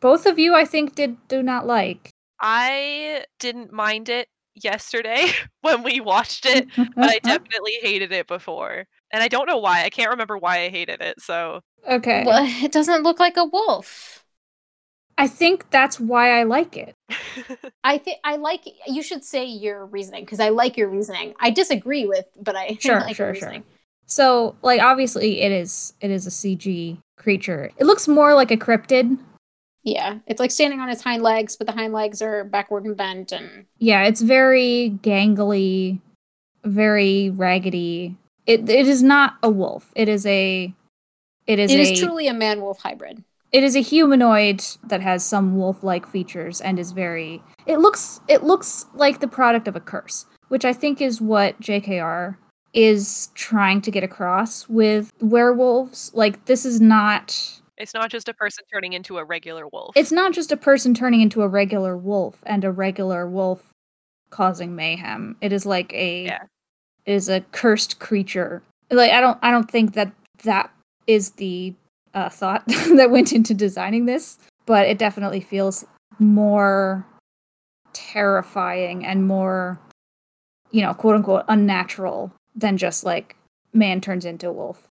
B: Both of you, I think, did do not like.
C: I didn't mind it yesterday *laughs* when we watched it,
B: Mm, *laughs*
C: but I
B: uh-huh.
C: definitely hated it before. And I don't know why. I can't remember why I hated it. So *laughs*
B: okay.
A: Well, *laughs* it doesn't look like a wolf.
B: I think that's why I like it.
A: I think I like. You should say your reasoning because I like your reasoning. I disagree with, but I *laughs*
B: Sure,
A: like
B: sure,
A: your
B: sure.
A: reasoning.
B: So, like, obviously, it is it is a CG creature. It looks more like a cryptid.
A: Yeah, it's like standing on its hind legs, but the hind legs are backward and bent, and
B: Yeah, it's very gangly, very raggedy. It it is not a wolf. It is a it is
A: it
B: a
A: is truly a man wolf hybrid.
B: it is a humanoid that has some wolf-like features and is very it looks it looks like the product of a curse, which I think is what JKR is trying to get across with werewolves. Like this is not
C: it's not just a person turning into a regular wolf.
B: it's not just a person turning into a regular wolf and a regular wolf causing mayhem it is like a
C: Yeah.
B: it is a cursed creature like i don't i don't think that that is the uh, thought *laughs* that went into designing this but it definitely feels more terrifying and more you know quote unquote unnatural than just like man turns into a wolf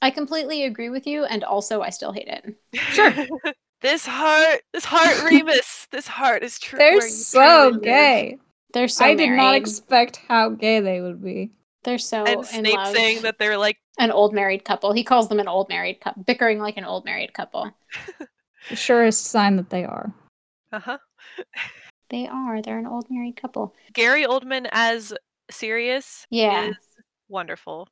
A: I completely agree with you, and also I still hate it.
B: Sure.
C: *laughs* this heart, this heart,
B: *laughs*
C: Remus, this heart is true.
B: they're so gay
A: They're so
B: I did not
A: married.
B: expect how gay they would be.
A: They're so
C: And
A: in
C: Snape
A: love.
C: saying that they're like,
A: an old married couple. He calls them an old married couple, bickering like an old married couple.
B: The surest sign that they are.
C: uh
B: Uh-huh.
C: huh.
A: They are. They're an old married couple.
C: Gary Oldman as Sirius
A: Yeah.
C: is wonderful.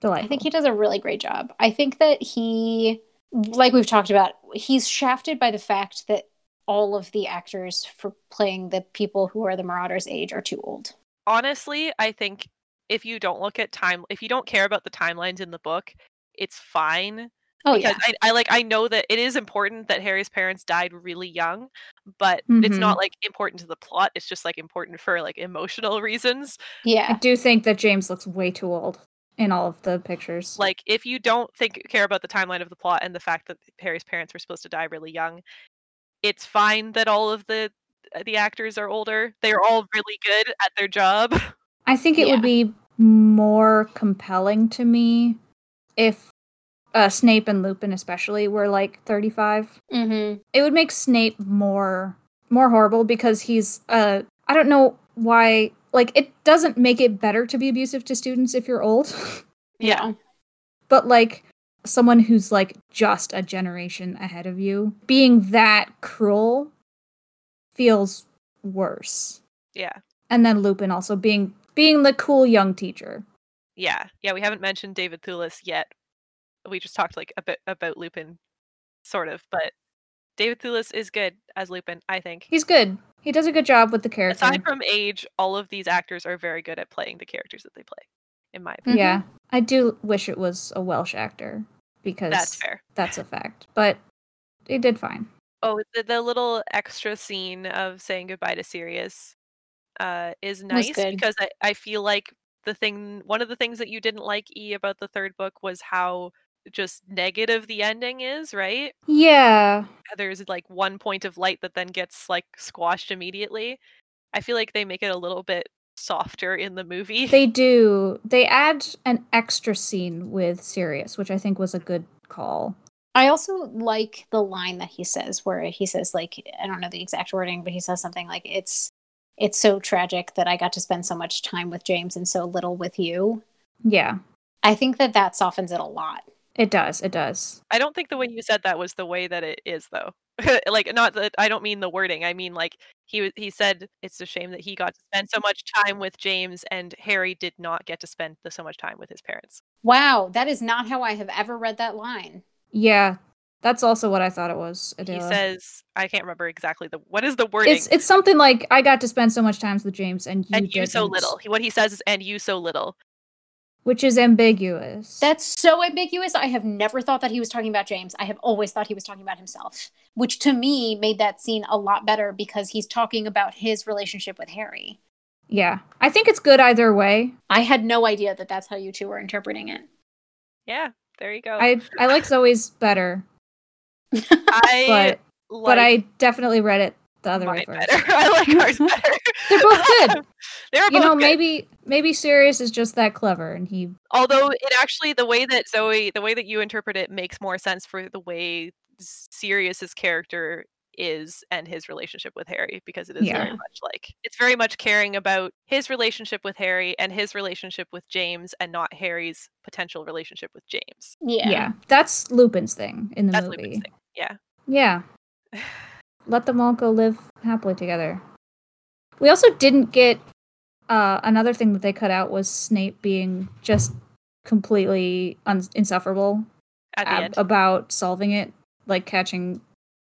B: Delightful.
A: I think he does a really great job. I think that he, like we've talked about, he's shafted by the fact that all of the actors for playing the people who are the Marauders' age are too old.
C: honestly, I think if you don't look at time, if you don't care about the timelines in the book, it's fine.
A: Oh
C: because
A: yeah,
C: I, I like I know that it is important that Harry's parents died really young, but it's
B: Mm-hmm.
C: not like important to the plot. It's just like important for like emotional reasons.
B: I
A: yeah.
B: do think that James looks way too old in all of the pictures.
C: Like if you don't think care about the timeline of the plot and the fact that Harry's parents were supposed to die really young, it's fine that all of the uh, the actors are older. They are all really good at their job. *laughs*
B: I think it
A: yeah.
B: would be more compelling to me if uh, Snape and Lupin, especially, were like 35.
A: hmm
B: It would make Snape more more horrible because he's uh I don't know why like it doesn't make it better to be abusive to students if you're old. *laughs*
C: Yeah.
B: but like someone who's like just a generation ahead of you being that cruel feels worse
C: Yeah.
B: and then lupin also being being the cool young teacher
C: Yeah, yeah, we haven't mentioned David Thewlis yet. We just talked like a bit about Lupin, sort of, but David Thewlis is good as Lupin, I think.
B: he's good he does a good job with the character
C: Aside from age, all of these actors are very good at playing the characters that they play, in my opinion.
A: Mhm.
B: yeah i do wish it was a welsh actor because
C: That's fair.
B: that's a fact but he did fine
C: Oh, the, the little extra scene of saying goodbye to Sirius uh, is
A: Was
C: nice
A: good.
C: because I, I feel like the thing one of the things that you didn't like E about the third book was how just negative the ending is, right?
B: Yeah.
C: There's like one point of light that then gets like squashed immediately. I feel like they make it a little bit softer in the movie.
B: They do. They add an extra scene with Sirius, which I think was a good call.
A: I also like the line that he says where he says like I don't know the exact wording, but he says something like it's it's so tragic that I got to spend so much time with James and so little with you.
B: Yeah.
A: I think that that softens it a lot.
B: It does. It does.
C: I don't think the way
B: Mm.
C: you said that was the way that it is though. *laughs* like not that I don't mean the wording. I mean like he w- he said it's a shame that he got to spend so much time with James and Harry did not get to spend the, so much time with his parents.
A: Wow, that is not how I have ever read that line.
B: Yeah. That's also what I thought it was.
C: He
B: Adela.
C: says I can't remember exactly the what is the wording
B: it's it's something like I got to spend so much time with James and you,
C: and you so
B: didn't,"
C: little. He- What he says is and you so little.
B: which is ambiguous.
A: That's so ambiguous. I have never thought that he was talking about James. I have always thought he was talking about himself, which to me made that scene a lot better because he's talking about his relationship with Harry.
B: yeah. I think it's good either way.
A: I had no idea that that's how you two were interpreting it.
C: Yeah, there you go.
B: I I like Zoe's
C: *laughs*
B: better,
C: I
B: but
C: like
B: but I definitely read it the other way
C: mine
B: first.
C: better. *laughs* I
B: *laughs*
C: like ours better.
B: They're both good.
C: *laughs* They're both
B: you know,
C: good.
B: maybe maybe Sirius is just that clever, and he
C: although it actually the way that zoe the way that you interpret it makes more sense for the way S- sirius's character is and his relationship with harry because it is very
A: Yeah.
C: much like it's very much caring about his relationship with harry and his relationship with james and not harry's potential relationship with james
A: Yeah.
B: yeah. that's Lupin's thing in the
C: that's
B: movie.
C: lupin's thing yeah
B: Yeah, let them all go live happily together. We also didn't get uh, another thing that they cut out was Snape being just completely un- insufferable
C: at the
B: ab-
C: end
B: about solving it, like catching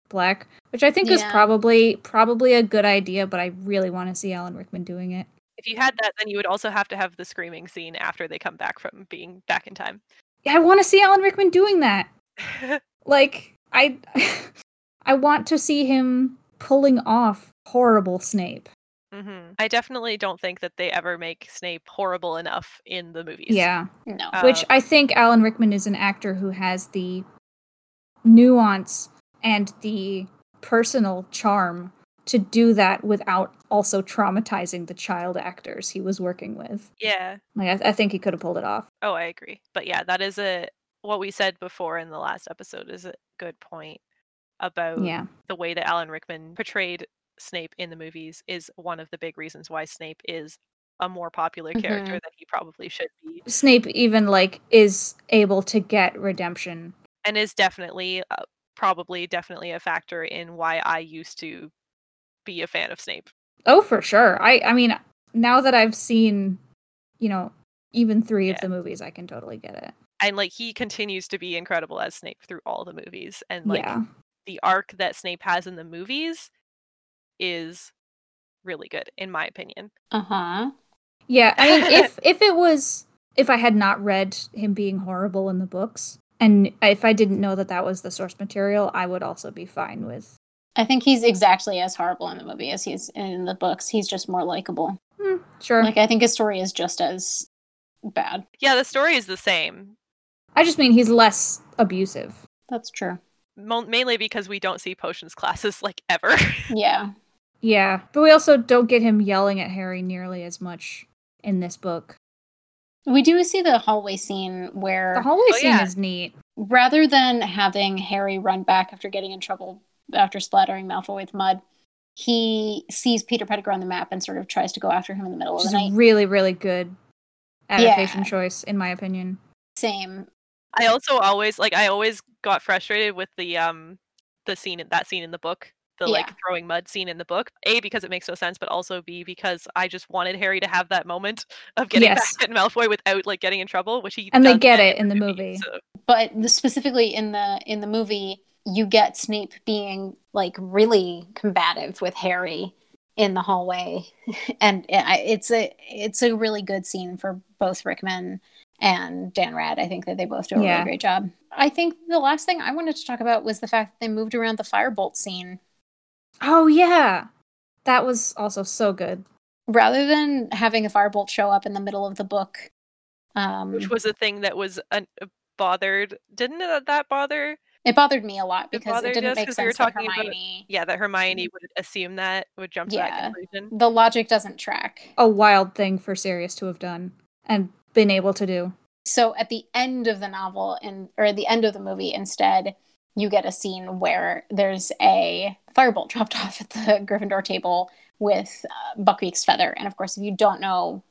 B: Black, which I think is
A: Yeah.
B: probably probably a good idea, but I really want to see Alan Rickman doing it.
C: if you had that then you would also have to have the screaming scene after they come back from being back in time *laughs*
B: I want to see Alan Rickman doing that. Like I *laughs* I want to see him pulling off horrible Snape.
C: hmm i definitely don't think that they ever make snape horrible enough in the movies
B: Yeah.
A: No.
C: Uh,
B: Which I think Alan Rickman is an actor who has the nuance and the personal charm to do that without also traumatizing the child actors he was working with.
C: yeah
B: Like I, I think he could have pulled it off.
C: Oh, I agree. But yeah, that is a what we said before in the last episode is a good point about
B: Yeah.
C: the way that Alan Rickman portrayed Snape in the movies is one of the big reasons why Snape is a more popular character than he probably should be
B: Snape even like is able to get redemption.
C: and is definitely uh, probably definitely a factor in why I used to be a fan of Snape.
B: Oh, for sure. I I mean, now that I've seen, you know, even 3
C: Yeah.
B: of the movies, I can totally get it.
C: And like he continues to be incredible as Snape through all the movies and like
B: yeah.
C: the arc that Snape has in the movies is really good in my opinion.
A: Uh huh.
B: Yeah, I mean if if it was if I had not read him being horrible in the books and if I didn't know that that was the source material, I would also be fine with.
A: I think he's exactly as horrible in the movie as he's in the books. He's just more likable.
B: Hmm, sure.
A: Like I think his story is just as bad.
C: Yeah, the story is the same,
B: I just mean he's less abusive.
A: That's true.
C: mo- mainly because we don't see potions classes *laughs* like ever.
A: Yeah.
B: Yeah, but we also don't get him yelling at Harry nearly as much in this book.
A: We do see the hallway scene where
B: The hallway
C: Oh,
B: scene
C: yeah.
B: is neat.
A: rather than having Harry run back after getting in trouble after splattering Malfoy with mud, he sees Peter Pettigrew on the map and sort of tries to go after him in the middle of
B: Which
A: the
B: is a
A: night.
B: really, really good adaptation
A: Yeah.
B: choice, in my opinion.
A: Same.
C: I also always like I always got frustrated with the um the scene in that scene in the book, the like
A: Yeah.
C: throwing mud scene in the book. A because it makes no sense, but also B because I just wanted Harry to have that moment of getting
B: Yes.
C: back *laughs* at Malfoy without like getting in trouble, which he
B: And they
C: does
B: get it in the movie.
C: so-
A: But the, specifically in the in the movie, you get Snape being like really combative with Harry in the hallway, *laughs* and I- it's a it's a really good scene for both Rickman and Dan Rad. I think that they both do a
B: Yeah.
A: really great job. I think the last thing I wanted to talk about was the fact that they moved around the firebolt scene.
B: Oh yeah, that was also so good.
A: rather than having a firebolt show up in the middle of the book, um,
B: Mm-hmm.
C: which was a thing that was un- bothered. Didn't that, that bother?
A: it bothered me a lot
C: It
A: because it,
C: bothered
A: didn't
C: us
A: make
C: 'cause we were
A: sense that
C: talking about-
A: Hermione.
C: Yeah, that Hermione would assume that would jump to
A: Mm. Yeah.
C: that conclusion.
A: The logic doesn't track.
B: A wild thing for Sirius to have done and been able to do.
A: So at the end of the novel and or at the end of the movie instead, you get a scene where there's a firebolt *laughs* dropped off at the Gryffindor table with uh, Buckbeak's feather. And of course, if you don't know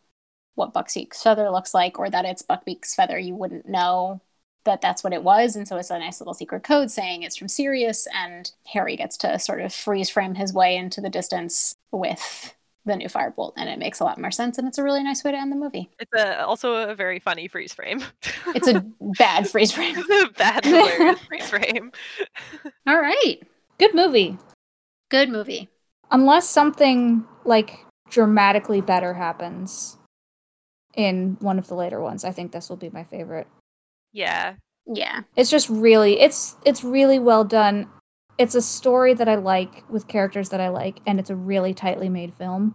A: what Buckbeak's feather looks like or that it's Buckbeak's feather, you wouldn't know that that's what it was. And so it's a nice little secret code saying it's from Sirius. And Harry gets to sort of freeze frame his way into the distance with the new firebolt. And it makes a lot more sense. And it's a really nice way to end the movie.
C: It's a, also a very funny freeze frame.
A: It's a bad freeze frame.
C: *laughs* It's a
A: *laughs*
C: bad hilarious freeze frame.
A: All right.
B: Good movie.
A: Good movie.
B: Unless something like dramatically better happens in one of the later ones, I think this will be my favorite.
C: Yeah,
A: Yeah.
B: it's just really it's it's really well done it's a story that i like with characters that i like and it's a really tightly made film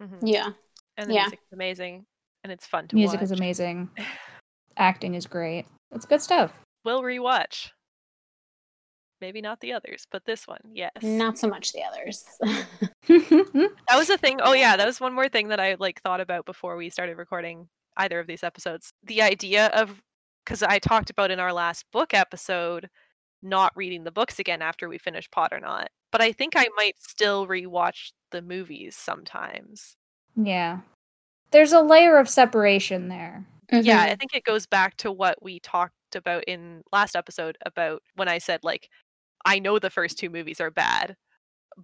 C: hmm
A: Yeah.
C: and the
A: yeah.
C: music's amazing, and it's fun to
B: music is
C: watch.
B: amazing *sighs* acting is great it's good
C: *laughs*
B: stuff
C: We'll rewatch. Maybe not the others, but this one, yes.
A: Not so much the others. *laughs*
C: That was a thing. Oh yeah, that was one more thing that I like thought about before we started recording either of these episodes. The idea of cuz I talked about in our last book episode not reading the books again after we finish Pot or Not. But I think I might still rewatch the movies sometimes.
B: yeah there's a layer of separation there
C: Yeah,
A: Mhm.
C: I think it goes back to what we talked about in last episode about when I said like I know the first two movies are bad,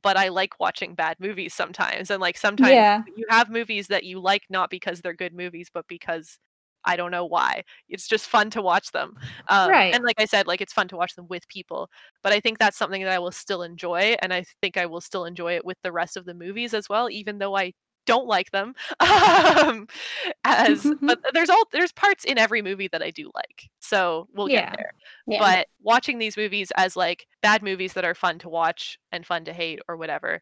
C: but I like watching bad movies sometimes. And like sometimes
B: yeah
C: you have movies that you like not because they're good movies but because i don't know why it's just fun to watch them um,
B: Right.
C: and like i said like it's fun to watch them with people but i think that's something that i will still enjoy and i think i will still enjoy it with the rest of the movies as well even though i don't like them *laughs* um,
B: *laughs*
C: as but there's all there's parts in every movie that i do like so we'll
B: Yeah.
C: get there
A: Yeah.
C: but watching these movies as like bad movies that are fun to watch and fun to hate or whatever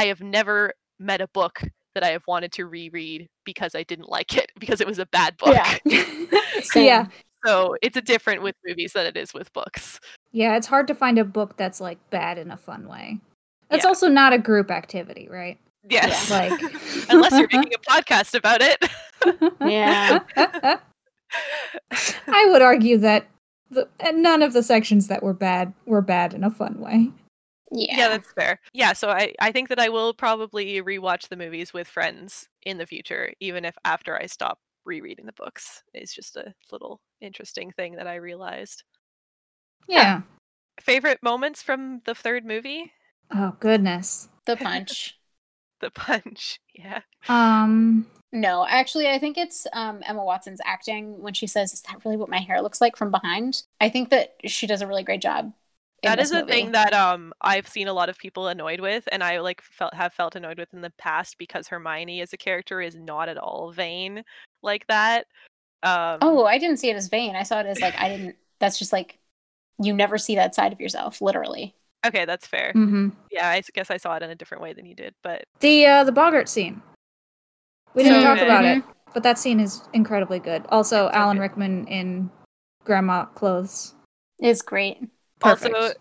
C: i have never met a book that i have wanted to reread because i didn't like it because it was a bad book *laughs*
A: Yeah. *laughs* Same.
B: yeah *laughs*
C: so it's a different with movies than it is with books
B: yeah it's hard to find a book that's like bad in a fun way that's
C: Yeah.
B: also not a group activity
C: *laughs*
B: right
C: yes
B: like
C: unless
B: *laughs*
C: you're making a podcast about it *laughs*
A: Yeah.
B: I would argue that the, and none of the sections that were bad were bad in a fun way.
A: yeah.
C: yeah that's fair yeah so I, I think that i will probably rewatch the movies with friends in the future even if after i stop rereading the books it's just a little interesting thing that i realized
B: Yeah.
C: favorite moments from the third movie *laughs*
B: Oh goodness.
A: the punch.
C: the punch yeah
B: Um.
A: No, actually, I think it's um, Emma Watson's acting when she says, "Is that really what my hair looks like from behind?" I think that she does a really great job. in
C: that
A: this
C: is a
A: movie.
C: thing that um i've seen a lot of people annoyed with and i like felt have felt annoyed with in the past because hermione as a character is not at all vain like that um
A: Oh, I didn't see it as vain. I saw it as like I didn't. That's just like you never see that side of yourself, literally.
C: okay that's fair
B: mhm.
C: yeah i s- guess i saw it in a different way than you did but
B: The uh, the Boggart scene. We didn't
C: So
B: talk about
A: good.
B: it, but that scene is incredibly good. Also,
C: Mm-hmm. So
B: Alan
C: good.
B: Rickman in grandma clothes.
A: Mm-hmm. It's great.
C: also
B: Perfect.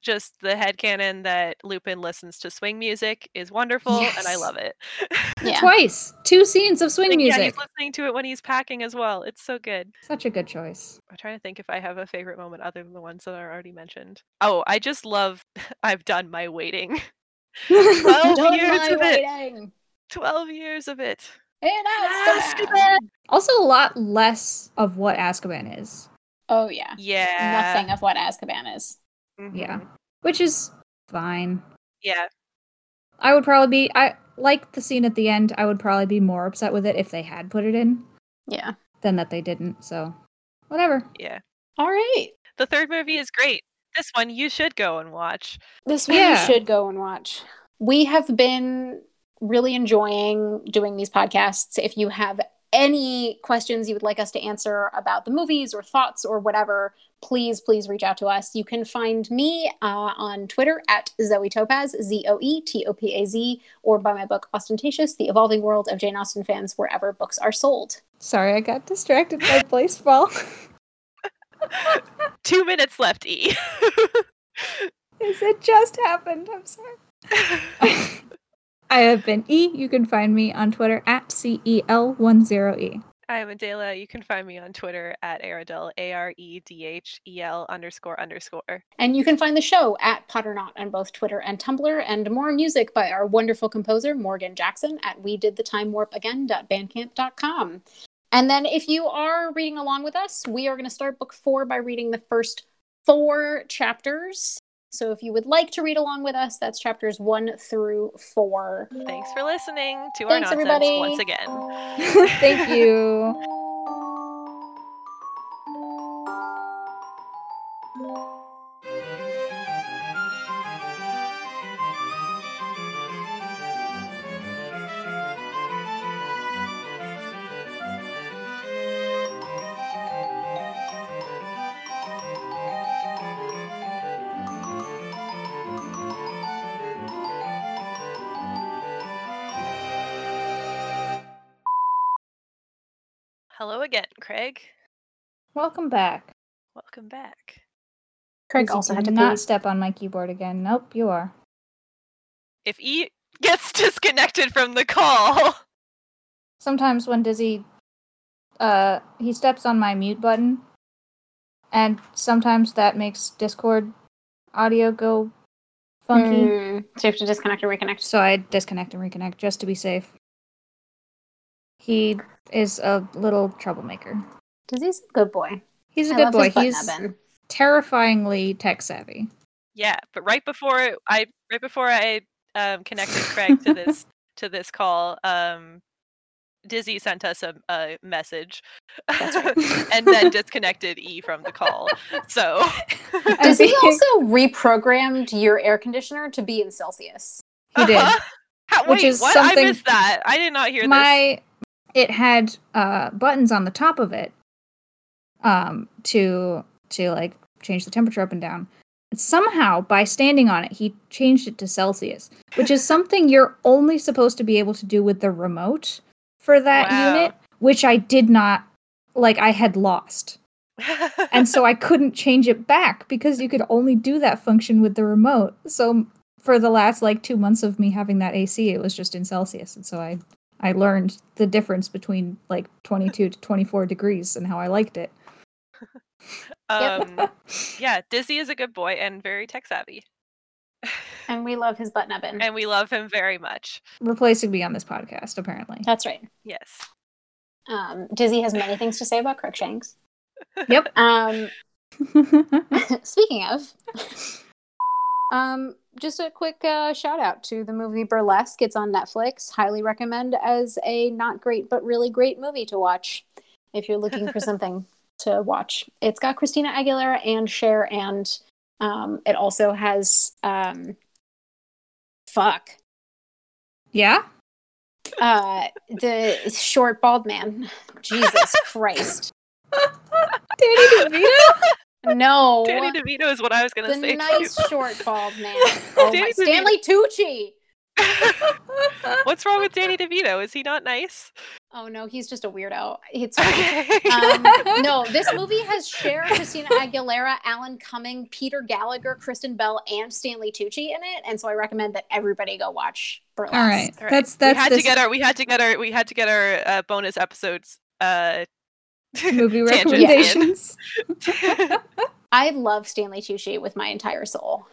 C: just the headcanon that lupin listens to swing music is wonderful and i
B: Yes.
C: love it *laughs*
A: Yeah.
B: Twice, two scenes of swing
C: Like, yeah
B: music.
C: he's listening to it when he's packing as well it's so good
B: Such a
A: *laughs*
B: good choice. *laughs*
C: I'm trying to think if I have a favorite moment other than the ones that are already mentioned. Oh, I just love *laughs* I've done my waiting. *laughs* 12
A: Don't
C: years
A: lie
C: of it.
A: waiting.
C: 12 years of it.
A: And ask
C: Azkaban!
A: about-
B: also, a lot less of what Azkaban is.
A: Oh yeah.
C: Yeah.
A: Nothing of what Azkaban is.
B: Yeah.
C: mhm,
B: which is fine.
C: Yeah.
B: I would probably be I like the scene at the end. I would probably be more upset with it if they had put it in
A: Yeah.
B: than that they didn't. So, whatever.
C: Yeah.
A: All right.
C: The third movie is great. This one you should go and watch.
A: This one you
B: Yeah.
A: should go and watch. We have been really enjoying doing these podcasts. If you have any questions you would like us to answer about the movies or thoughts or whatever, please, please reach out to us. You can find me uh, on Twitter at Zoe Topaz, Z O E T O P A Z, or by my book Ostentatious The Evolving World of Jane Austen Fans, wherever books are sold.
B: Sorry, I got distracted
A: *laughs*
B: by baseball. *laughs*
C: Two minutes left, E. *laughs*
B: Yes, it just happened.
A: *laughs*
B: I'm sorry. Oh, I have been E. You can find me on Twitter at E CEL10E.
C: I'm Adela. You can find me on Twitter at Aerodel, A R E D H E L underscore underscore.
A: And you can find the show at Potternaut on both Twitter and Tumblr, and more music by our wonderful composer, Morgan Jackson, at we did the time warp again.bandcamp.com. And then if you are reading along with us, we are going to start book four by reading the first four chapters. So if you would like to read along with us, that's chapters one through four.
C: Thanks for listening to
A: Thanks,
C: our nonsense
A: everybody.
C: once again.
B: Thank you.
C: *laughs*
A: *laughs*
C: Hello again, Craig.
B: Welcome back.
C: Welcome back.
A: Craig
B: You
A: also
B: did
A: had to
B: not
A: pee.
B: step on my keyboard again. Nope, you are.
C: If E *laughs* gets disconnected from the call,
B: Sometimes when Dizzy, uh, he steps on my mute button, and sometimes that makes Discord audio go funky.
A: Mm, so you have to disconnect and reconnect.
B: So I disconnect and reconnect just to be safe. He is a little troublemaker.
A: Dizzy's a good boy.
B: He's a
A: I
B: good
A: love
B: boy.
A: his butt
B: He's
A: nubbin.
B: terrifyingly tech savvy. *laughs*
C: yeah. But right before I right before I um, connected Craig to this to this call, um, Dizzy sent us a, a message, *laughs* and then disconnected E from the call. So
A: Does he
B: think-
A: also reprogrammed your air conditioner to be in Celsius?
B: *laughs* He did.
C: Uh-huh. *laughs* How,
B: Which
C: wait,
B: is
C: what?
B: something-
C: I missed that. I did not hear this.
B: my it had uh buttons on the top of it um to to like change the temperature up and down and somehow by standing on it he changed it to celsius which is something you're only supposed to be able to do with the remote for that
C: Wow.
B: unit which i did not like i had lost
C: *laughs*
B: and so i couldn't change it back because you could only do that function with the remote so for the last like two months of me having that ac it was just in celsius and so i i learned the difference between like 22 to 24 degrees and how i liked it
C: um, yeah, Dizzy is a good boy and very tech savvy,
A: And we love his butt nubbin.
C: and we love him very much.
B: replacing me on this podcast
A: *laughs*
B: apparently
A: That's right.
C: Yes.
A: Um, Dizzy has many things to say about Crookshanks.
B: Yep.
A: Um, *laughs* speaking of, um, just a quick uh, shout out to the movie Burlesque. It's on Netflix. Highly recommend as a not great but really great movie to watch if you're looking
C: *laughs*
A: for something to watch. It's got Christina Aguilera and Cher, and um, it also has um, fuck
B: yeah
A: uh, the short bald man. Jesus Christ!
B: danny devito
A: No,
C: Danny DeVito is what I was gonna
A: the
C: say. too.
A: nice short bald man. Oh my,
C: Danny DeVito.
A: Stanley Tucci.
C: *laughs* What's wrong with Danny DeVito? Is he not nice? *laughs*
A: Oh no, he's just a weirdo. It's
B: Uh,
A: fine.
C: Okay.
B: *laughs*
A: um, no, this movie has Cher, Christina Aguilera, Alan Cumming, Peter Gallagher, Kristen Bell, and Stanley Tucci in it, and so I recommend that everybody go watch Burlesque.
B: all right
C: All right.
B: that's
C: we
B: that's
C: had
B: this
C: to get our we had to get our we had to get our uh, bonus episodes.
B: *laughs*
C: Uh,
B: movie
C: tangents in.
B: *laughs* recommendations
A: I love Stanley Tucci with my entire soul.